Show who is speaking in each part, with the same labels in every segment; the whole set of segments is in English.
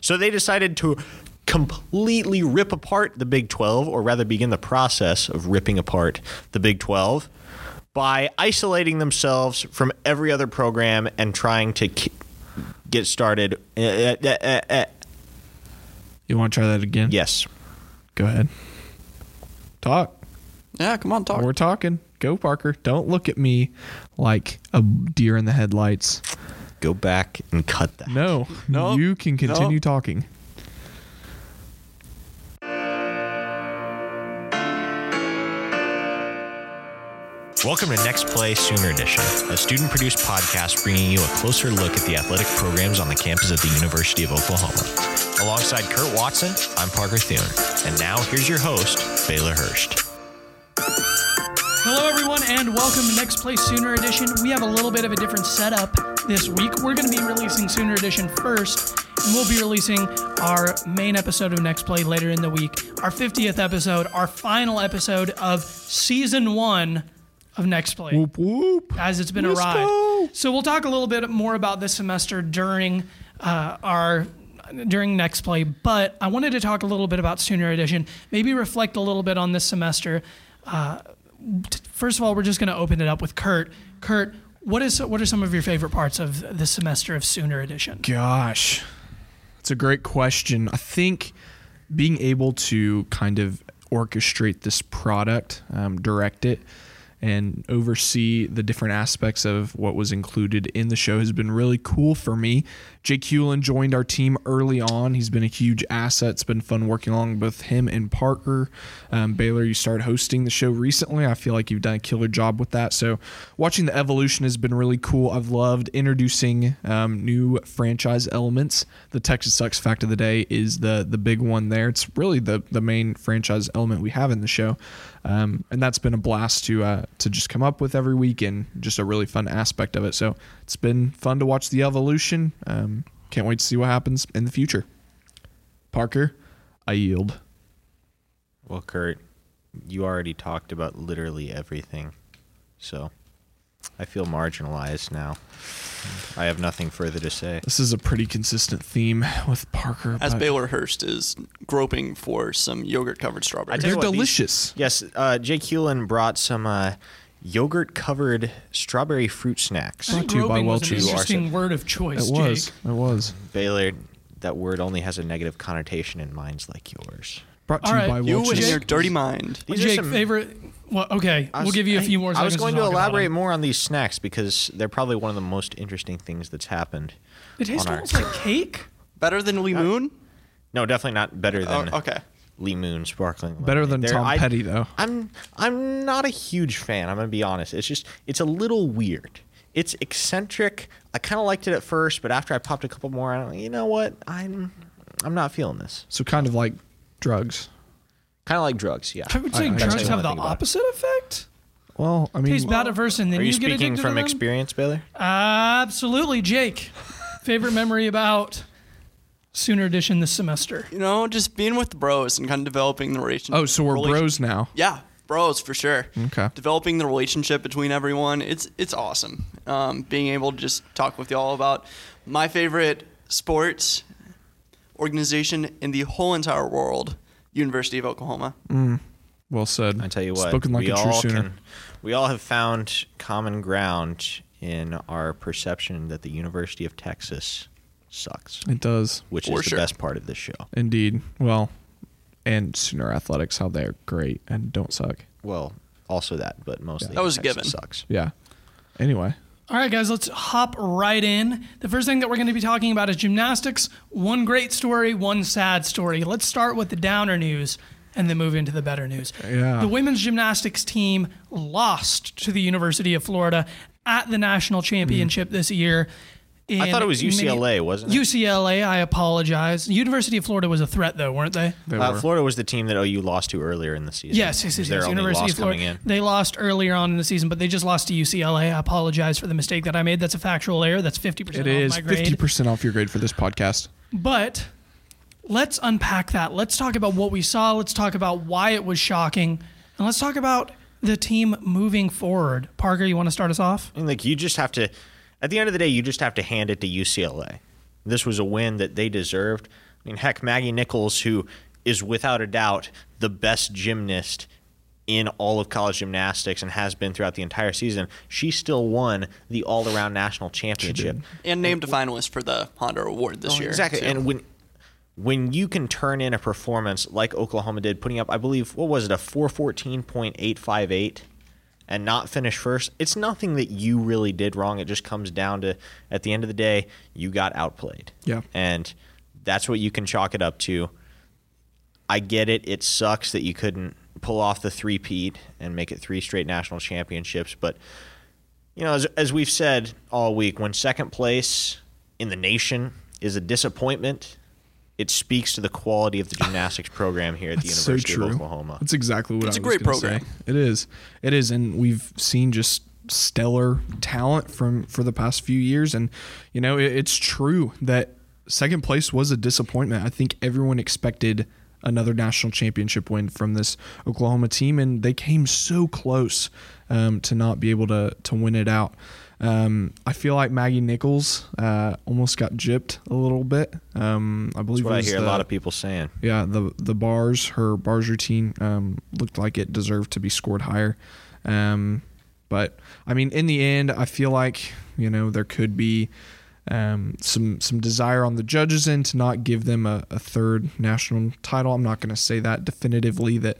Speaker 1: So they decided to completely rip apart the Big 12, or rather begin the process of ripping apart the Big 12 by isolating themselves from every other program and trying to ki- get started. Uh, uh, uh, uh,
Speaker 2: You want to try that again?
Speaker 1: yes.
Speaker 2: Go ahead. Talk.
Speaker 3: Yeah, come on, talk.
Speaker 2: We're talking. Go, Parker. Don't look at me like a deer in the headlights.
Speaker 1: Go back and cut that.
Speaker 2: No.
Speaker 3: No.
Speaker 2: You can continue
Speaker 3: No.
Speaker 2: talking.
Speaker 1: Welcome to Next Play Sooner Edition, a student produced podcast bringing you a closer look at the athletic programs on the campus of the University of Oklahoma. Alongside Kurt Watson, I'm Parker Thune. And now here's your host, Baylor Hurst.
Speaker 4: Hello, everyone, and welcome to Next Play Sooner Edition. We have a little bit of a different setup this week. We're going to be releasing Sooner Edition first, and we'll be releasing our main episode of Next Play later in the week, our 50th episode, our final episode of season one of Next Play
Speaker 2: Whoop, whoop.
Speaker 4: guys. It's been a
Speaker 2: Let's
Speaker 4: ride.
Speaker 2: go.
Speaker 4: So we'll talk a little bit more about this semester during uh, our during next play. But I wanted to talk a little bit about Sooner Edition. Maybe reflect a little bit on this semester. Uh, t- first of all, we're just going to open it up with Kurt. Kurt, what is what are some of your favorite parts of this semester of Sooner Edition?
Speaker 2: Gosh, it's a great question. I think being able to kind of orchestrate this product, um, direct it, and oversee the different aspects of what was included in the show has been really cool for me. Jake Hewlin joined our team early on. He's been a huge asset. It's been fun working along with both him and Parker. Um, Baylor, you started hosting the show recently. I feel like you've done a killer job with that. So watching the evolution has been really cool. I've loved introducing um, new franchise elements. The Texas Sucks fact of the day is the the big one there. It's really the the main franchise element we have in the show, um, and that's been a blast to uh, to just come up with every week and just a really fun aspect of it. So it's been fun to watch the evolution. Um, can't wait to see what happens in the future. Parker, I yield.
Speaker 1: Well, Kurt, you already talked about literally everything. So I feel marginalized now. I have nothing further to say.
Speaker 2: This is a pretty consistent theme with Parker.
Speaker 3: As
Speaker 2: but-
Speaker 3: Baylor Hurst is groping for some yogurt covered strawberries.
Speaker 2: tell you They're what, these- delicious.
Speaker 1: yes, uh, Jake Hewlin brought some uh, yogurt covered strawberry fruit snacks.
Speaker 4: Oh.
Speaker 2: Brought to you by
Speaker 4: Groping was
Speaker 2: Welch's.
Speaker 4: an interesting word of
Speaker 2: it
Speaker 4: choice,
Speaker 2: was.
Speaker 4: Jake.
Speaker 2: It was.
Speaker 1: Baylor, that word only has a negative connotation in minds like yours.
Speaker 2: Brought to
Speaker 4: All
Speaker 2: you
Speaker 4: right.
Speaker 2: by
Speaker 3: You
Speaker 2: Welch's.
Speaker 3: and your dirty mind.
Speaker 1: These are
Speaker 4: Jake,
Speaker 1: some-
Speaker 4: favorite. Well, okay,
Speaker 1: I
Speaker 4: we'll
Speaker 1: was-
Speaker 4: give you a
Speaker 1: hey,
Speaker 4: few more.
Speaker 1: I was
Speaker 4: seconds
Speaker 1: going to
Speaker 4: talk about
Speaker 1: elaborate
Speaker 4: them.
Speaker 1: more on these snacks because they're probably one of the most interesting things that's happened.
Speaker 4: It tastes
Speaker 1: on our-
Speaker 4: almost like cake.
Speaker 3: Better than Limoon?
Speaker 1: No, definitely not better than
Speaker 3: Oh, okay.
Speaker 1: Lee Moon sparkling.
Speaker 2: Better
Speaker 1: lemonade.
Speaker 2: than
Speaker 1: They're-
Speaker 2: Tom
Speaker 1: I-
Speaker 2: Petty, though.
Speaker 1: I'm I'm not a huge fan. I'm gonna be honest. It's just it's a little weird. It's eccentric. I kind of liked it at first, but after I popped a couple more, I'm like, you know what? I'm I'm not feeling this.
Speaker 2: So kind of like drugs.
Speaker 1: Kind of like drugs. Yeah.
Speaker 4: I would say
Speaker 2: I- I
Speaker 4: drugs
Speaker 2: actually
Speaker 4: have
Speaker 1: wanna
Speaker 4: the
Speaker 1: think about it.
Speaker 4: opposite effect.
Speaker 2: Well, I mean,
Speaker 4: Taste bad at first, and then
Speaker 1: Are you
Speaker 4: get
Speaker 1: speaking
Speaker 4: addicted to
Speaker 1: from
Speaker 4: them?
Speaker 1: experience, Baylor?
Speaker 4: Absolutely, Jake. Favorite memory about Sooner Edition this semester?
Speaker 3: You know, just being with the bros and kind of developing the relationship.
Speaker 2: oh, so we're bros now.
Speaker 3: Yeah, bros for sure.
Speaker 2: Okay.
Speaker 3: Developing the relationship between everyone, it's it's awesome. Um, being able to just talk with y'all about my favorite sports organization in the whole entire world, University of Oklahoma.
Speaker 2: Well said.
Speaker 1: I tell you what,
Speaker 2: spoken like
Speaker 1: we
Speaker 2: a true
Speaker 1: all
Speaker 2: sooner.
Speaker 1: can- we all have found common ground in our perception that the University of Texas sucks,
Speaker 2: It does
Speaker 1: which
Speaker 3: For
Speaker 1: is
Speaker 3: sure.
Speaker 1: the best part of this show.
Speaker 2: indeed. Well, and Sooner Athletics, how they're great and don't suck.
Speaker 1: Well, also that, but mostly
Speaker 3: That was a
Speaker 1: Texas
Speaker 3: given.
Speaker 1: Sucks.
Speaker 2: Yeah. Anyway,
Speaker 4: All right, guys, let's hop right in. The first thing that we're going to be talking about is gymnastics. One great story, one sad story. Let's start with the downer news and then move into the better news.
Speaker 2: Yeah.
Speaker 4: The women's gymnastics team lost to the University of Florida at the national championship this year.
Speaker 1: I thought
Speaker 4: in
Speaker 1: it was
Speaker 4: Minne-
Speaker 1: UCLA, wasn't it?
Speaker 4: UCLA, I apologize. University of Florida was a threat, though, weren't they?
Speaker 2: they
Speaker 1: Uh,
Speaker 2: were.
Speaker 1: Florida was the team that OU lost to earlier in the season.
Speaker 4: Yes, yes,
Speaker 1: It was
Speaker 4: yes.
Speaker 1: their
Speaker 4: yes.
Speaker 1: only
Speaker 4: University
Speaker 1: loss
Speaker 4: of Florida.
Speaker 1: coming in.
Speaker 4: They lost earlier on in the season, but they just lost to UCLA. I apologize for the mistake that I made. That's a factual error. That's 50%
Speaker 2: it
Speaker 4: off
Speaker 2: is
Speaker 4: my grade.
Speaker 2: fifty percent off your grade for this podcast.
Speaker 4: But let's unpack that. Let's talk about what we saw. Let's talk about why it was shocking. And let's talk about the team moving forward. Parker, you want to start us off?
Speaker 1: And like you just have to, at the end of the day, you just have to hand it to UCLA. This was a win that they deserved. I mean, heck, Maggie Nichols, who is without a doubt the best gymnast in all of college gymnastics and has been throughout the entire season, she still won the all around national championship.
Speaker 3: and named a finalist for the Honda Award this year.
Speaker 1: Oh, Exactly.
Speaker 3: too.
Speaker 1: And when when you can turn in a performance like Oklahoma did, putting up, I believe, what was it, a 414.858 and not finish first, it's nothing that you really did wrong. It just comes down to, at the end of the day, you got outplayed.
Speaker 2: Yeah.
Speaker 1: And that's what you can chalk it up to. I get it. It sucks that you couldn't pull off the three-peat and make it three straight national championships, but you know, as, as we've said all week, when second place in the nation is a disappointment, it speaks to the quality of the gymnastics program here at the
Speaker 2: That's
Speaker 1: University of Oklahoma.
Speaker 2: That's exactly what
Speaker 3: It's
Speaker 2: I
Speaker 3: a
Speaker 2: was
Speaker 3: great
Speaker 2: gonna
Speaker 3: program.
Speaker 2: say. It is. It is, and we've seen just stellar talent from for the past few years, and you know it, it's true that second place was a disappointment. I think everyone expected another national championship win from this Oklahoma team, and they came so close um, to not be able to to win it out. Um, I feel like Maggie Nichols uh, almost got gypped a little bit. Um, I believe
Speaker 1: That's what I
Speaker 2: it was
Speaker 1: hear a
Speaker 2: the-
Speaker 1: lot of people saying.
Speaker 2: yeah, the the bars, her bars routine um, looked like it deserved to be scored higher. Um, but I mean, in the end, I feel like you know there could be um, some some desire on the judges end to not give them a, a third national title. I'm not going to say that definitively that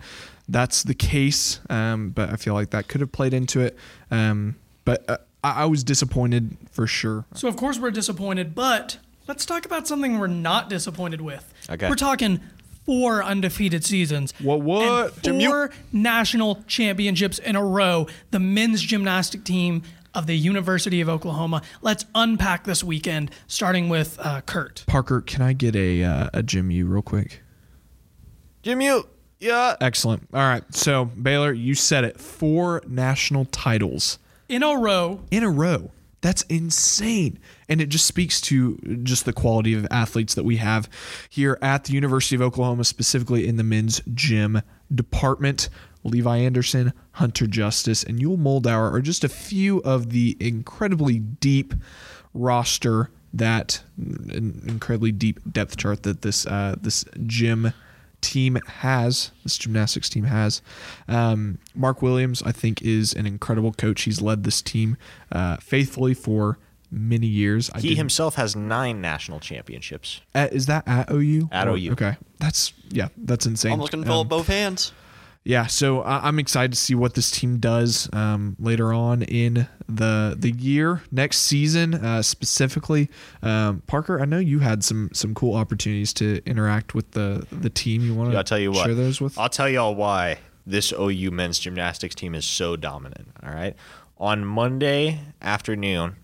Speaker 2: that's the case, um, but I feel like that could have played into it. Um, but uh, I, I was disappointed for sure.
Speaker 4: So of course we're disappointed, but let's talk about something we're not disappointed with.
Speaker 1: Okay.
Speaker 4: We're talking four undefeated seasons.
Speaker 2: What, what?
Speaker 4: and
Speaker 2: Jim, you-
Speaker 4: four national championships in a row. The men's gymnastic team of the University of Oklahoma. Let's unpack this weekend, starting with uh, Kurt.
Speaker 2: Parker, can I get a uh, a Jim U real quick?
Speaker 1: Jim, you, yeah.
Speaker 2: Excellent. All right. So, Baylor, you said it. Four national titles
Speaker 4: In a row,
Speaker 2: in a row. That's insane. And it just speaks to just the quality of athletes that we have here at the University of Oklahoma, specifically in the men's gym department. Levi Anderson, Hunter Justice, and Yule Moldauer are just a few of the incredibly deep roster that an incredibly deep depth chart that this uh, this gym team has, this gymnastics team has. Um, Mark Williams, I think, is an incredible coach. He's led this team uh, faithfully for many years. I
Speaker 1: He
Speaker 2: didn't-
Speaker 1: himself has nine national championships.
Speaker 2: uh, is that at OU?
Speaker 1: At
Speaker 2: Or-
Speaker 1: OU.
Speaker 2: Okay, that's yeah, that's insane.
Speaker 3: I'm looking to
Speaker 2: Um,
Speaker 3: fill up both hands.
Speaker 2: yeah, so I- I'm excited to see what this team does um, later on in the the year, next season uh, specifically. Um, Parker, I know you had some some cool opportunities to interact with the the team. You want to
Speaker 1: I'll tell you what.
Speaker 2: share those with?
Speaker 1: I'll tell y'all why this OU men's gymnastics team is so dominant. All right. On Monday afternoon,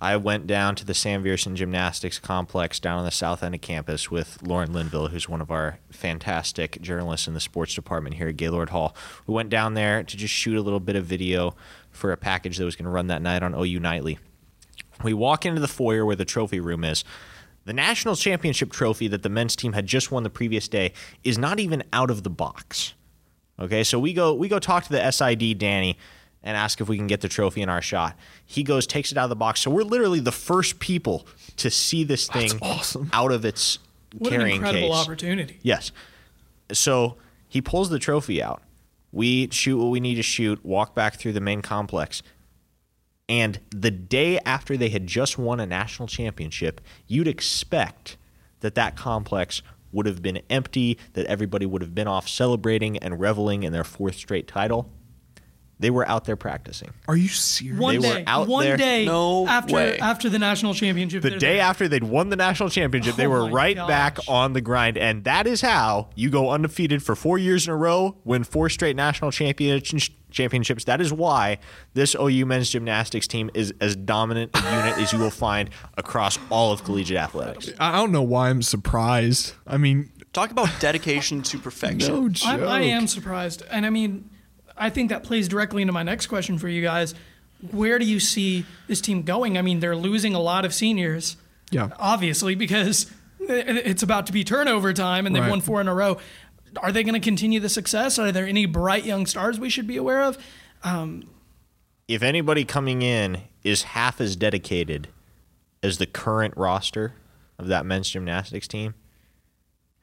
Speaker 1: I went down to the Sam Viersen Gymnastics Complex down on the south end of campus with Lauren Linville, who's one of our fantastic journalists in the sports department here at Gaylord Hall. We went down there to just shoot a little bit of video for a package that was going to run that night on OU Nightly. We walk into the foyer where the trophy room is. The national championship trophy that the men's team had just won the previous day is not even out of the box. Okay, so we go we go talk to the SID Danny and ask if we can get the trophy in our shot. He goes, takes it out of the box. So we're literally the first people to see this thing
Speaker 2: awesome.
Speaker 1: out of its
Speaker 4: what an
Speaker 1: carrying
Speaker 4: incredible
Speaker 1: case.
Speaker 4: opportunity.
Speaker 1: Yes. So he pulls the trophy out. We shoot what we need to shoot, walk back through the main complex. And the day after they had just won a national championship, you'd expect that that complex would have been empty, that everybody would have been off celebrating and reveling in their fourth straight title. They were out there practicing.
Speaker 2: Are you serious?
Speaker 4: One
Speaker 1: They were
Speaker 4: day,
Speaker 1: out
Speaker 4: one
Speaker 1: there.
Speaker 4: day
Speaker 3: No
Speaker 4: after
Speaker 3: way.
Speaker 4: after the national championship.
Speaker 1: The
Speaker 4: they're
Speaker 1: day
Speaker 4: there.
Speaker 1: after they'd won the national championship, they
Speaker 4: Oh
Speaker 1: were
Speaker 4: my
Speaker 1: right back
Speaker 4: gosh.
Speaker 1: on the grind. And that is how you go undefeated for four years in a row, win four straight national champion- championships. That is why this OU men's gymnastics team is as dominant a unit as you will find across all of collegiate athletics.
Speaker 2: I I don't know why I'm surprised. I mean,
Speaker 3: Talk about dedication to perfection.
Speaker 2: no joke.
Speaker 4: I'm, I am surprised. And I mean, I think that plays directly into my next question for you guys. Where do you see this team going? I mean, they're losing a lot of seniors.
Speaker 2: Yeah.
Speaker 4: Obviously, because i- it's about to be turnover time and they've
Speaker 2: Right.
Speaker 4: won four in a row. Are they going to continue the success? Are there any bright young stars we should be aware of?
Speaker 1: If anybody coming in is half as dedicated as the current roster of that men's gymnastics team,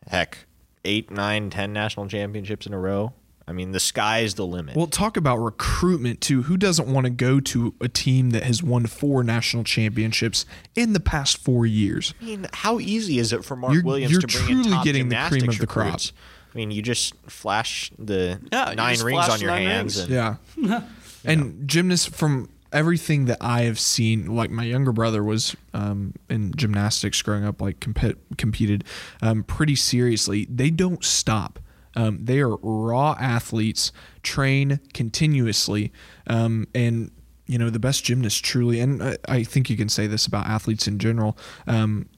Speaker 1: heck, eight, nine, ten national championships in a row. I mean, the sky's the limit.
Speaker 2: Well, talk about recruitment too. Who doesn't want to go to a team that has won four national championships in the past four years?
Speaker 1: I mean, how easy is it for Mark
Speaker 2: You're-
Speaker 1: Williams
Speaker 2: you're
Speaker 1: to bring in
Speaker 2: truly
Speaker 1: top
Speaker 2: getting the cream
Speaker 1: gymnastics
Speaker 2: of the crop.
Speaker 1: recruits? I mean, you just flash the
Speaker 3: Yeah, you
Speaker 1: nine
Speaker 3: just
Speaker 1: rings
Speaker 3: flash
Speaker 1: on your
Speaker 3: nine
Speaker 1: hands.
Speaker 3: rings.
Speaker 1: And,
Speaker 2: Yeah. and gymnasts from everything that I have seen, like my younger brother was um, in gymnastics growing up, like compet- competed um, pretty seriously. They don't stop. Um, they are raw athletes, train continuously, um, and you know the best gymnasts truly. And I, I think you can say this about athletes in general. Um,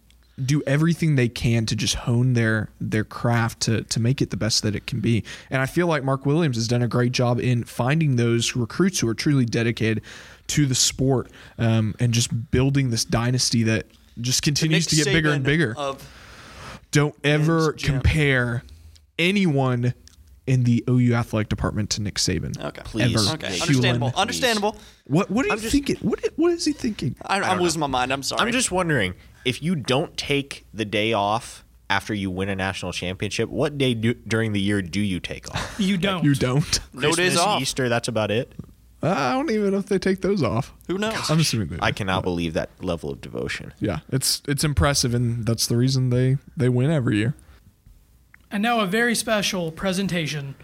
Speaker 2: do everything they can to just hone their their craft to to make it the best that it can be. And I feel like Mark Williams has done a great job in finding those recruits who are truly dedicated to the sport um, and just building this dynasty that just continues
Speaker 3: Nick
Speaker 2: to get bigger and
Speaker 3: Saban
Speaker 2: bigger.
Speaker 3: Of,
Speaker 2: Don't ever
Speaker 3: Men's gym.
Speaker 2: compare anyone in the OU athletic department to Nick Saban.
Speaker 3: okay.
Speaker 1: Please.
Speaker 2: Ever.
Speaker 3: Okay.
Speaker 2: Hulin.
Speaker 3: Understandable. Understandable.
Speaker 2: What what are you
Speaker 1: just-
Speaker 2: thinking? What what is he thinking?
Speaker 3: I, I'm losing my mind. I'm sorry.
Speaker 1: I'm just wondering if you don't take the day off after you win a national championship, what day do, during the year do you take off?
Speaker 4: You don't.
Speaker 2: You don't.
Speaker 3: no days
Speaker 1: Christmas,
Speaker 3: off.
Speaker 1: Easter, that's about it.
Speaker 2: I don't even know if they take those off.
Speaker 3: Who knows?
Speaker 2: I'm assuming they
Speaker 1: I cannot believe that level of devotion.
Speaker 2: Yeah, it's it's impressive, and that's the reason they they win every year.
Speaker 4: And now a very special presentation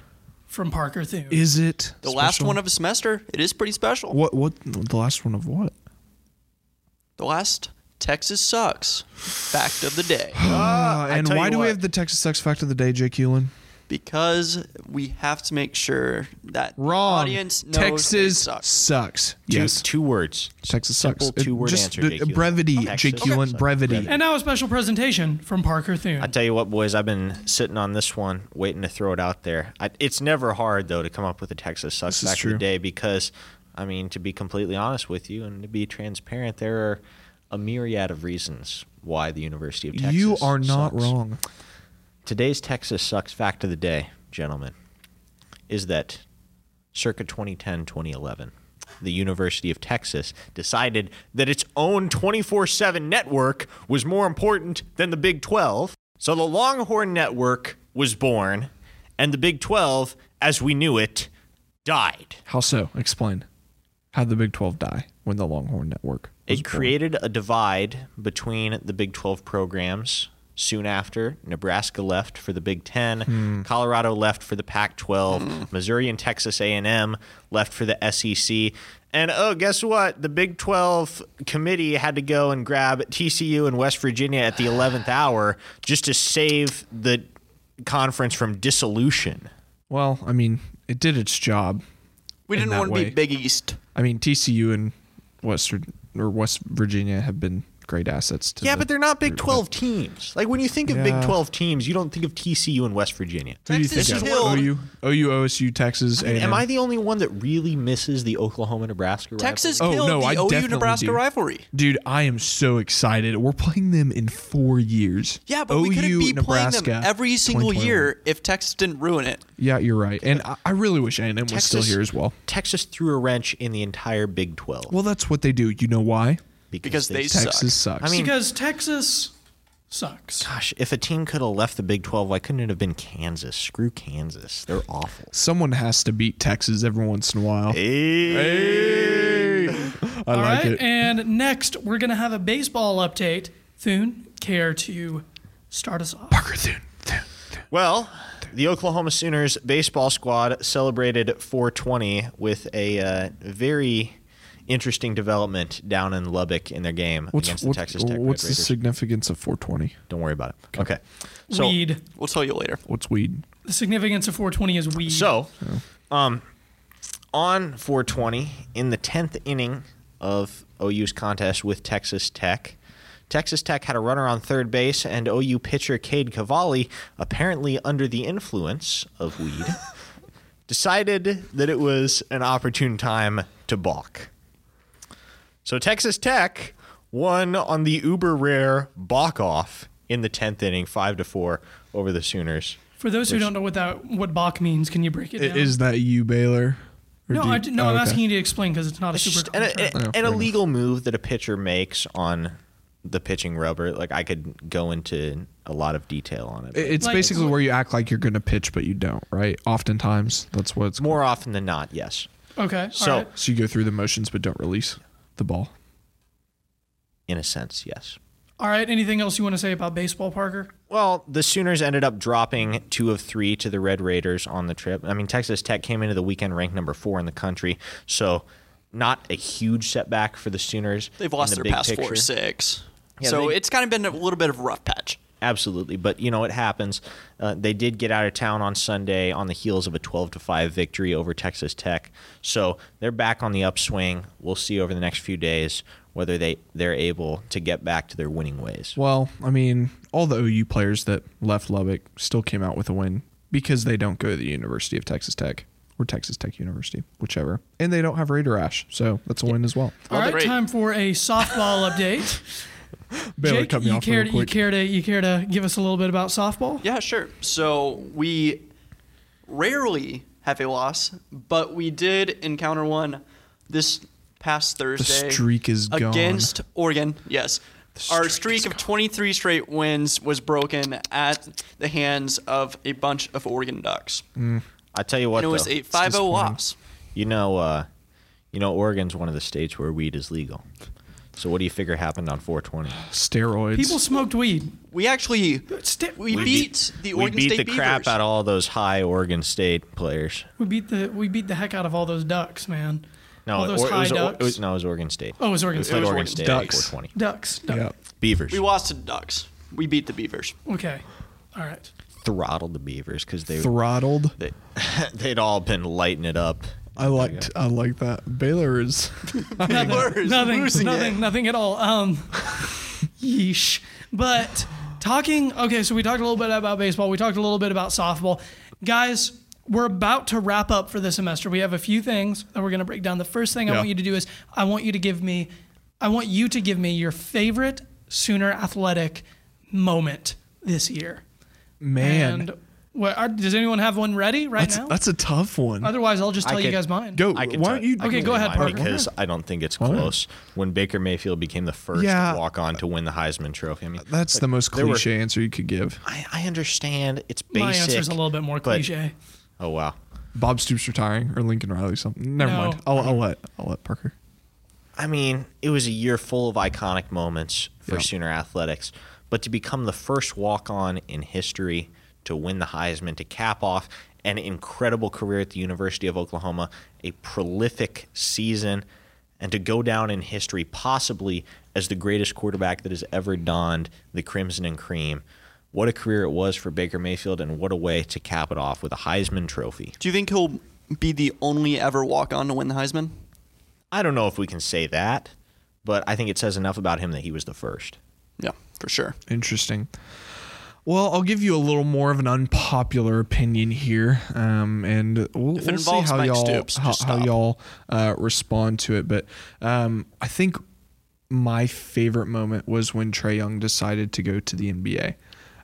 Speaker 4: from Parker Thune.
Speaker 2: Is it
Speaker 3: The last one of a semester. It is pretty special.
Speaker 2: what what the last one of what?
Speaker 3: The last Texas sucks fact of the day.
Speaker 2: Ah, and
Speaker 1: Uh, tell
Speaker 2: why
Speaker 1: you
Speaker 2: do we
Speaker 1: what.
Speaker 2: have the Texas Sex Fact of the Day, Jake Hewlin?
Speaker 3: because we have to make sure that the
Speaker 2: Wrong.
Speaker 3: audience knows they
Speaker 2: Texas
Speaker 3: suck.
Speaker 2: sucks.
Speaker 1: Two,
Speaker 2: Yes,
Speaker 1: two words.
Speaker 2: Texas
Speaker 1: Simple
Speaker 2: sucks. It-
Speaker 1: two-word
Speaker 2: just
Speaker 1: answer,
Speaker 2: the-
Speaker 1: Jake Hewlin.
Speaker 2: brevity,
Speaker 1: Okay.
Speaker 2: Jake
Speaker 1: Okay.
Speaker 2: Hewlin,
Speaker 1: Sucks.
Speaker 2: brevity.
Speaker 4: and now a special presentation from Parker Thune.
Speaker 1: I tell you what, boys, I've been sitting on this one, waiting to throw it out there. I, it's never hard though to come up with a Texas sucks
Speaker 2: This is
Speaker 1: back in the
Speaker 2: true.
Speaker 1: day because, I mean, to be completely honest with you and to be transparent, there are a myriad of reasons why the University of Texas.
Speaker 2: You are not
Speaker 1: sucks.
Speaker 2: wrong.
Speaker 1: Today's Texas sucks fact of the day, gentlemen, is that circa 2010, 2011, the University of Texas decided that its own 24 7 network was more important than the Big 12. So the Longhorn Network was born, and the Big 12, as we knew it, died.
Speaker 2: How so? Explain. How would the Big Twelve die when the Longhorn Network? was
Speaker 1: It
Speaker 2: born?
Speaker 1: created a divide between the Big 12 programs. Soon after, Nebraska left for the Big 10, Colorado left for the Pac 12, Missouri and Texas A&M left for the SEC. And oh, guess what? The Big 12 committee had to go and grab TCU and West Virginia at the 11th hour just to save the conference from dissolution.
Speaker 2: Well, I mean, it did its job.
Speaker 3: We
Speaker 2: in
Speaker 3: didn't
Speaker 2: that
Speaker 3: want to
Speaker 2: way.
Speaker 3: be Big East.
Speaker 2: I mean, TCU and West or West Virginia have been great assets to.
Speaker 1: Yeah,
Speaker 2: the-
Speaker 1: but they're not Big 12 teams. Like when you think of
Speaker 2: Yeah.
Speaker 1: Big 12 teams, you don't think of TCU and West Virginia.
Speaker 2: Who do you
Speaker 3: Texas
Speaker 2: think
Speaker 3: is
Speaker 2: of?
Speaker 3: one of
Speaker 2: OU, OU, OSU, Texas, A&M.
Speaker 1: Am I the only one that really misses the Oklahoma Nebraska
Speaker 3: Texas
Speaker 2: Oh,
Speaker 3: killed
Speaker 2: no,
Speaker 3: the
Speaker 2: I
Speaker 3: OU
Speaker 2: definitely
Speaker 3: Nebraska
Speaker 2: do.
Speaker 3: rivalry.
Speaker 2: Dude, I am so excited. We're playing them in four years.
Speaker 3: Yeah, but
Speaker 2: OU,
Speaker 3: we couldn't be
Speaker 2: Nebraska,
Speaker 3: playing them every single
Speaker 2: 2021.
Speaker 3: year if Texas didn't ruin it.
Speaker 2: Yeah, you're right. And I, I really wish A&M was still here as well.
Speaker 1: Texas threw a wrench in the entire Big 12
Speaker 2: Well, that's what they do. You know why?
Speaker 3: because they suck.
Speaker 2: Texas sucks.
Speaker 1: I mean-
Speaker 4: because Texas sucks.
Speaker 1: Gosh, if a team could have left the Big 12, why couldn't it have been Kansas? Screw Kansas. They're awful.
Speaker 2: someone has to beat Texas every once in a while. Hey. I
Speaker 4: All right,
Speaker 2: like it.
Speaker 4: and next we're gonna have a baseball update. Thune, care to start us off?
Speaker 2: Parker Thune, Thune, Thune.
Speaker 1: Well, the Oklahoma Sooners baseball squad celebrated 420 with a uh, very interesting development down in Lubbock in their game against the
Speaker 2: what's-
Speaker 1: Texas Tech Red
Speaker 2: what's the
Speaker 1: Raiders.
Speaker 2: significance of 420?
Speaker 1: Don't worry about it. Okay. So
Speaker 4: weed.
Speaker 3: We'll tell you later.
Speaker 2: What's weed?
Speaker 4: The significance of 420 is weed.
Speaker 1: So, um, on 420 in the 10th inning of OU's contest with Texas Tech, Texas Tech had a runner on third base, and OU pitcher Cade Cavalli, apparently under the influence of weed, decided that it was an opportune time to balk. So Texas Tech won on the uber rare balk off in the 10th inning, five to four over the Sooners.
Speaker 4: for those who don't know what that what Bach means, can you break it
Speaker 2: I-
Speaker 4: down?
Speaker 2: Is that you, Baylor? Or
Speaker 4: no,
Speaker 2: do you-
Speaker 4: I, d- no,
Speaker 2: oh,
Speaker 4: I'm
Speaker 2: okay.
Speaker 4: asking you to explain because it's not a
Speaker 1: It's
Speaker 4: super.
Speaker 1: just an,
Speaker 4: common term.
Speaker 1: an-
Speaker 2: Oh,
Speaker 1: an
Speaker 2: fair enough.
Speaker 1: illegal move that a pitcher makes on the pitching rubber. Like I could go into a lot of detail on it. but
Speaker 2: It- It's
Speaker 4: Like-
Speaker 2: basically where you act like you're going to pitch, but you don't, right? Oftentimes, that's what it's called.
Speaker 1: more often than not, yes.
Speaker 4: Okay.
Speaker 1: So-
Speaker 4: all right.
Speaker 2: So you go through the motions, but don't release the ball.
Speaker 1: In a sense, yes.
Speaker 4: all right. Anything else you want to say about baseball, Parker?
Speaker 1: Well, the Sooners ended up dropping two of three to the Red Raiders on the trip. I mean, Texas Tech came into the weekend ranked number four in the country, so not a huge setback for the Sooners.
Speaker 3: They've
Speaker 1: in
Speaker 3: lost
Speaker 1: the
Speaker 3: their
Speaker 1: big
Speaker 3: past four
Speaker 1: picture.
Speaker 3: or six.
Speaker 1: Yeah,
Speaker 3: so
Speaker 1: they-
Speaker 3: it's kind of been a little bit of a rough patch.
Speaker 1: Absolutely, but you know it happens. Uh, they did get out of town on Sunday on the heels of a 12 to 5 victory over Texas Tech, so they're back on the upswing. We'll see over the next few days whether they they're able to get back to their winning ways.
Speaker 2: Well, I mean, all the OU players that left Lubbock still came out with a win because they don't go to the University of Texas Tech or Texas Tech University, whichever. And they don't have Raider Ash, so that's a win as well.
Speaker 3: Love
Speaker 4: All right.
Speaker 3: it. Great.
Speaker 4: Time for a softball update.
Speaker 2: Baylor
Speaker 4: Jake,
Speaker 2: cut me
Speaker 4: you
Speaker 2: off
Speaker 4: care
Speaker 2: real
Speaker 4: to, you
Speaker 2: quick.
Speaker 4: care to you care to give us a little bit about softball?
Speaker 3: Yeah, sure. So we rarely have a loss, but we did encounter one this past Thursday.
Speaker 2: streak is gone.
Speaker 3: against Oregon. Yes. Our streak of 23 straight wins was broken at the hands of a bunch of Oregon Ducks.
Speaker 1: I tell you what,
Speaker 3: and it was
Speaker 1: though,
Speaker 3: a 5 0 loss.
Speaker 1: you know, uh, you know, Oregon's one of the states where weed is legal. So what do you figure happened on 420?
Speaker 2: Steroids.
Speaker 4: People smoked weed.
Speaker 3: We actually
Speaker 4: Sti-
Speaker 3: we,
Speaker 4: we
Speaker 3: beat, the
Speaker 1: we
Speaker 3: Oregon
Speaker 1: beat
Speaker 3: State
Speaker 1: the crap
Speaker 3: Beavers.
Speaker 1: out of all those high Oregon State players.
Speaker 4: We beat the we beat the heck out of all those ducks, man.
Speaker 1: No,
Speaker 4: all
Speaker 1: it,
Speaker 4: those
Speaker 1: or- it
Speaker 4: high
Speaker 1: was, or-
Speaker 4: ducks.
Speaker 1: it was- no, it was Oregon State.
Speaker 4: Oh, it was Oregon
Speaker 1: We
Speaker 4: State.
Speaker 1: played
Speaker 4: It was
Speaker 1: Oregon
Speaker 3: Oregon
Speaker 1: State
Speaker 3: State.
Speaker 1: at
Speaker 2: Ducks.
Speaker 1: 420.
Speaker 4: ducks. Duck-
Speaker 2: Yeah.
Speaker 1: Beavers.
Speaker 3: We lost to the Ducks. We beat the Beavers.
Speaker 4: Okay. All right.
Speaker 1: throttled the Beavers because they,
Speaker 2: Throttled.
Speaker 1: they they'd all been lighting it up.
Speaker 2: I liked I like that. Baylor is
Speaker 3: Beavers
Speaker 4: nothing,
Speaker 3: losing
Speaker 4: nothing,
Speaker 3: it.
Speaker 4: nothing at all. Um, yeesh. But talking. Okay, so we talked a little bit about baseball. We talked a little bit about softball, guys. We're about to wrap up for the semester. We have a few things that we're going to break down. The first thing I
Speaker 2: Yeah.
Speaker 4: want you to do is I want you to give me, I want you to give me your favorite Sooner athletic moment this year.
Speaker 2: man.
Speaker 4: And what, are, does anyone have one ready right
Speaker 2: that's
Speaker 4: now?
Speaker 2: that's a tough one.
Speaker 4: Otherwise, I'll just
Speaker 1: I
Speaker 4: tell you
Speaker 1: could-
Speaker 4: guys mine.
Speaker 2: Go.
Speaker 1: I
Speaker 2: Why
Speaker 1: can
Speaker 2: don't
Speaker 1: tell-
Speaker 2: you
Speaker 1: I can
Speaker 4: Okay,
Speaker 1: tell
Speaker 4: go
Speaker 1: you
Speaker 4: ahead,
Speaker 1: mine
Speaker 4: Parker.
Speaker 1: Because I don't think it's
Speaker 2: Why?
Speaker 1: close. When Baker Mayfield became the first
Speaker 2: Yeah.
Speaker 1: walk on to win the Heisman Trophy, I mean,
Speaker 4: Uh,
Speaker 2: That's the most
Speaker 1: there were-
Speaker 2: cliche answer you could give.
Speaker 1: I, I understand it's basic.
Speaker 4: My answer's a little bit more
Speaker 1: but-
Speaker 4: cliche.
Speaker 1: Oh wow,
Speaker 2: Bob Stoops retiring or Lincoln Riley something. Never
Speaker 4: No.
Speaker 2: mind. I'll, I'll let I'll let Parker.
Speaker 1: I mean, it was a year full of iconic moments for
Speaker 2: Yeah.
Speaker 1: Sooner athletics, but to become the first walk-on in history to win the Heisman, to cap off an incredible career at the University of Oklahoma, a prolific season, and to go down in history possibly as the greatest quarterback that has ever donned the crimson and cream. What a career it was for Baker Mayfield, and what a way to cap it off with a Heisman Trophy.
Speaker 3: Do you think he'll be the only ever walk on to win the Heisman?
Speaker 1: I don't know if we can say that, but I think it says enough about him that he was the first.
Speaker 3: Yeah, for sure.
Speaker 2: Interesting. Well, I'll give you a little more of an unpopular opinion here, um, and we'll,
Speaker 3: If it
Speaker 2: we'll see
Speaker 3: involves
Speaker 2: how
Speaker 3: Mike
Speaker 2: y'all
Speaker 3: Stoops,
Speaker 2: how,
Speaker 3: just
Speaker 2: how
Speaker 3: stop.
Speaker 2: y'all uh, respond to it. But um, I think my favorite moment was when Trey Young decided to go to the NBA.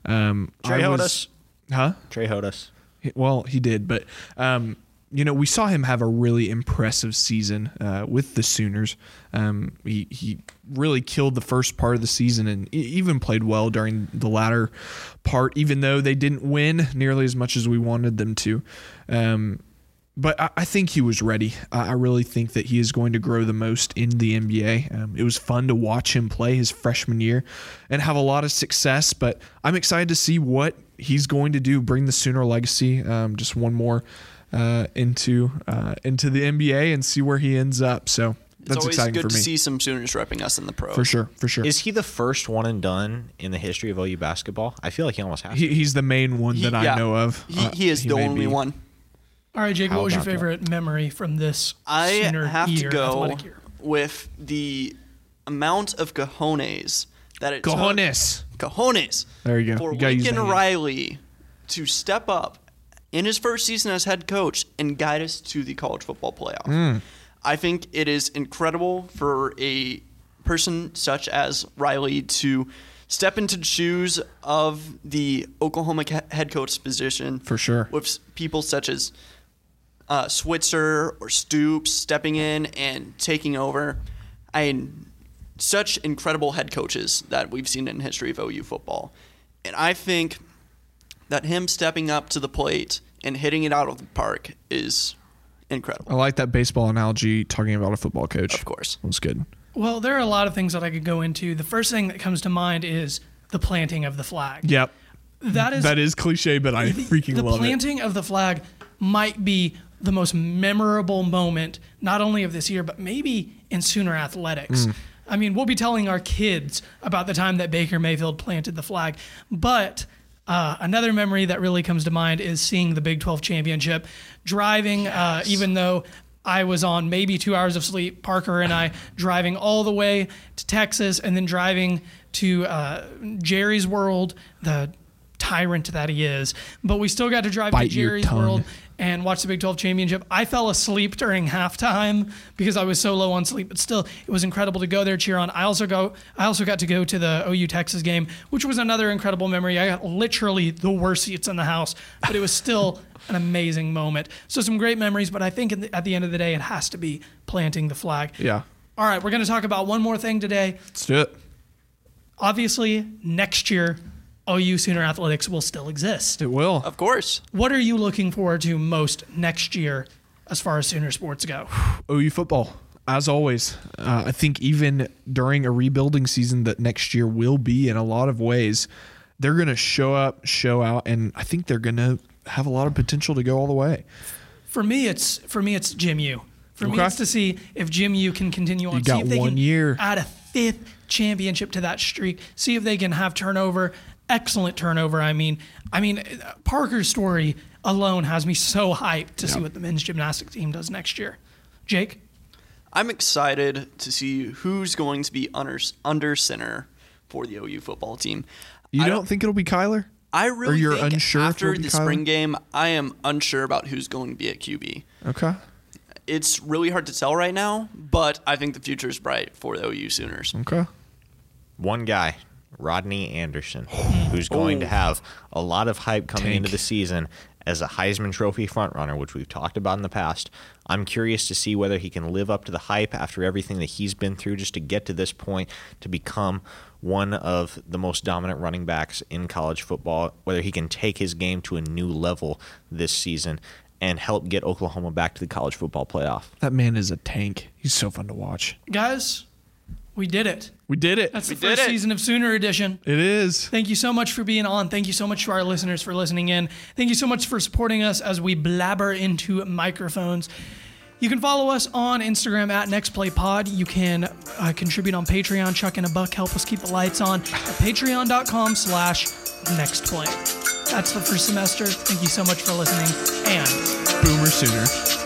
Speaker 2: Um,
Speaker 1: Trey
Speaker 2: I
Speaker 1: Hodas.
Speaker 2: was- huh?
Speaker 1: Trey Hodas.
Speaker 2: He- Well, he did, but um, you know, we saw him have a really impressive season uh, with the Sooners. Um, he he really killed the first part of the season and e- even played well during the latter part, even though they didn't win nearly as much as we wanted them to. Um, but I, I think he was ready. I, I really think that he is going to grow the most in the NBA. Um, it was fun to watch him play his freshman year and have a lot of success. But I'm excited to see what he's going to do. Bring the Sooner legacy um, just one more uh, into uh, into the NBA and see where he ends up. So
Speaker 3: It's
Speaker 2: that's
Speaker 3: always
Speaker 2: exciting
Speaker 3: good
Speaker 2: for
Speaker 3: to
Speaker 2: me.
Speaker 3: see some Sooners repping us in the pros.
Speaker 2: For sure, for sure.
Speaker 1: Is he the first one and done in the history of OU basketball? I feel like he almost has
Speaker 2: he,
Speaker 1: to.
Speaker 2: he's the main one
Speaker 3: He-
Speaker 2: that
Speaker 3: yeah.
Speaker 2: I know of.
Speaker 3: He,
Speaker 2: Uh,
Speaker 3: he is the
Speaker 2: may
Speaker 3: only
Speaker 2: be.
Speaker 3: one.
Speaker 4: All right, Jake,
Speaker 1: How
Speaker 4: what was your
Speaker 1: about that?
Speaker 4: favorite memory from this
Speaker 3: I
Speaker 4: sooner
Speaker 3: have
Speaker 4: year,
Speaker 3: to go
Speaker 4: athletic year?
Speaker 3: with the amount of cojones that it took-
Speaker 2: Cojones.
Speaker 3: cojones.
Speaker 2: There you go.
Speaker 3: For
Speaker 2: You gotta use
Speaker 3: Lincoln
Speaker 2: the hand.
Speaker 3: Riley to step up in his first season as head coach and guide us to the college football playoff.
Speaker 2: Mm.
Speaker 3: I think it is incredible for a person such as Riley to step into the shoes of the Oklahoma ca- head coach position.
Speaker 2: For sure.
Speaker 3: With s- people such as uh, Switzer or Stoops stepping in and taking over. I such incredible head coaches that we've seen in history of OU football. And I think that him stepping up to the plate and hitting it out of the park is incredible.
Speaker 2: I like that baseball analogy talking about a football coach.
Speaker 3: Of course.
Speaker 2: That's good.
Speaker 4: Well, there are a lot of things that I could go into. The first thing that comes to mind is the planting of the flag.
Speaker 2: Yep.
Speaker 4: That is
Speaker 2: That is cliche, but I freaking
Speaker 4: the
Speaker 2: love it.
Speaker 4: planting of the flag might be the most memorable moment not only of this year but maybe in sooner athletics
Speaker 2: Mm.
Speaker 4: i mean we'll be telling our kids about the time that baker mayfield planted the flag but uh, another memory that really comes to mind is seeing the big 12 championship driving uh, even though I was on maybe two hours of sleep. Parker and I driving all the way to Texas and then driving to uh, Jerry's World, the tyrant that he is. But we still got to drive
Speaker 2: Bite
Speaker 4: to
Speaker 2: your
Speaker 4: Jerry's
Speaker 2: tongue.
Speaker 4: World and watch the Big 12 championship. I fell asleep during halftime because I was so low on sleep, but still, it was incredible to go there cheer on. I also go, I also got to go to the OU Texas game, which was another incredible memory. I got literally the worst seats in the house, but it was still an amazing moment. So some great memories, but I think in the, at the end of the day, it has to be planting the flag.
Speaker 2: Yeah.
Speaker 4: All right, we're going to talk about one more thing today.
Speaker 2: Let's do it.
Speaker 4: Obviously, next year, OU Sooner Athletics will still exist.
Speaker 2: It will.
Speaker 3: Of course.
Speaker 4: What are you looking forward to most next year as far as Sooner sports go?
Speaker 2: OU football, as always. Uh, I think even during a rebuilding season that next year will be in a lot of ways, they're going to show up, show out, and I think they're going to have a lot of potential to go all the way.
Speaker 4: For me, it's for me it's Jim U. For me,
Speaker 2: Okay.
Speaker 4: it's to see if Jim U can continue on.
Speaker 2: You got
Speaker 4: see if they
Speaker 2: one
Speaker 4: can
Speaker 2: year.
Speaker 4: add a fifth championship to that streak. See if they can have turnover, excellent turnover. I mean, I mean uh, Parker's story alone has me so hyped to see what the men's gymnastics team does next year. Jake,
Speaker 3: I'm excited to see who's going to be under, under center for the OU football team.
Speaker 2: You
Speaker 3: I
Speaker 2: don't, think it'll be Kyler?
Speaker 3: I really
Speaker 2: you're
Speaker 3: think
Speaker 2: unsure if
Speaker 3: after
Speaker 2: it'll be
Speaker 3: the
Speaker 2: Kyler?
Speaker 3: spring game, I am unsure about who's going to be at QB.
Speaker 2: Okay.
Speaker 3: It's really hard to tell right now, but I think the future is bright for the OU Sooners.
Speaker 2: Okay.
Speaker 1: One guy, Rodney Anderson, who's going to have a lot of hype coming
Speaker 2: Tank.
Speaker 1: into the season as a Heisman Trophy frontrunner, which we've talked about in the past. I'm curious to see whether he can live up to the hype after everything that he's been through just to get to this point to become one of the most dominant running backs in college football, whether he can take his game to a new level this season and help get Oklahoma back to the college football playoff.
Speaker 2: That man is a tank. He's so fun to watch.
Speaker 4: guys, we did it.
Speaker 2: We did it.
Speaker 4: That's the
Speaker 3: We did
Speaker 4: first
Speaker 3: it.
Speaker 4: season of Sooner Edition.
Speaker 2: it is.
Speaker 4: Thank you so much for being on. Thank you so much to our listeners for listening in. Thank you so much for supporting us as we blabber into microphones. You can follow us on Instagram at NextPlayPod. You can uh, contribute on Patreon. Chuck and a buck help us keep the lights on at patreon.com slash nextplay. That's the first semester. Thank you so much for listening and
Speaker 2: Boomer Sooner.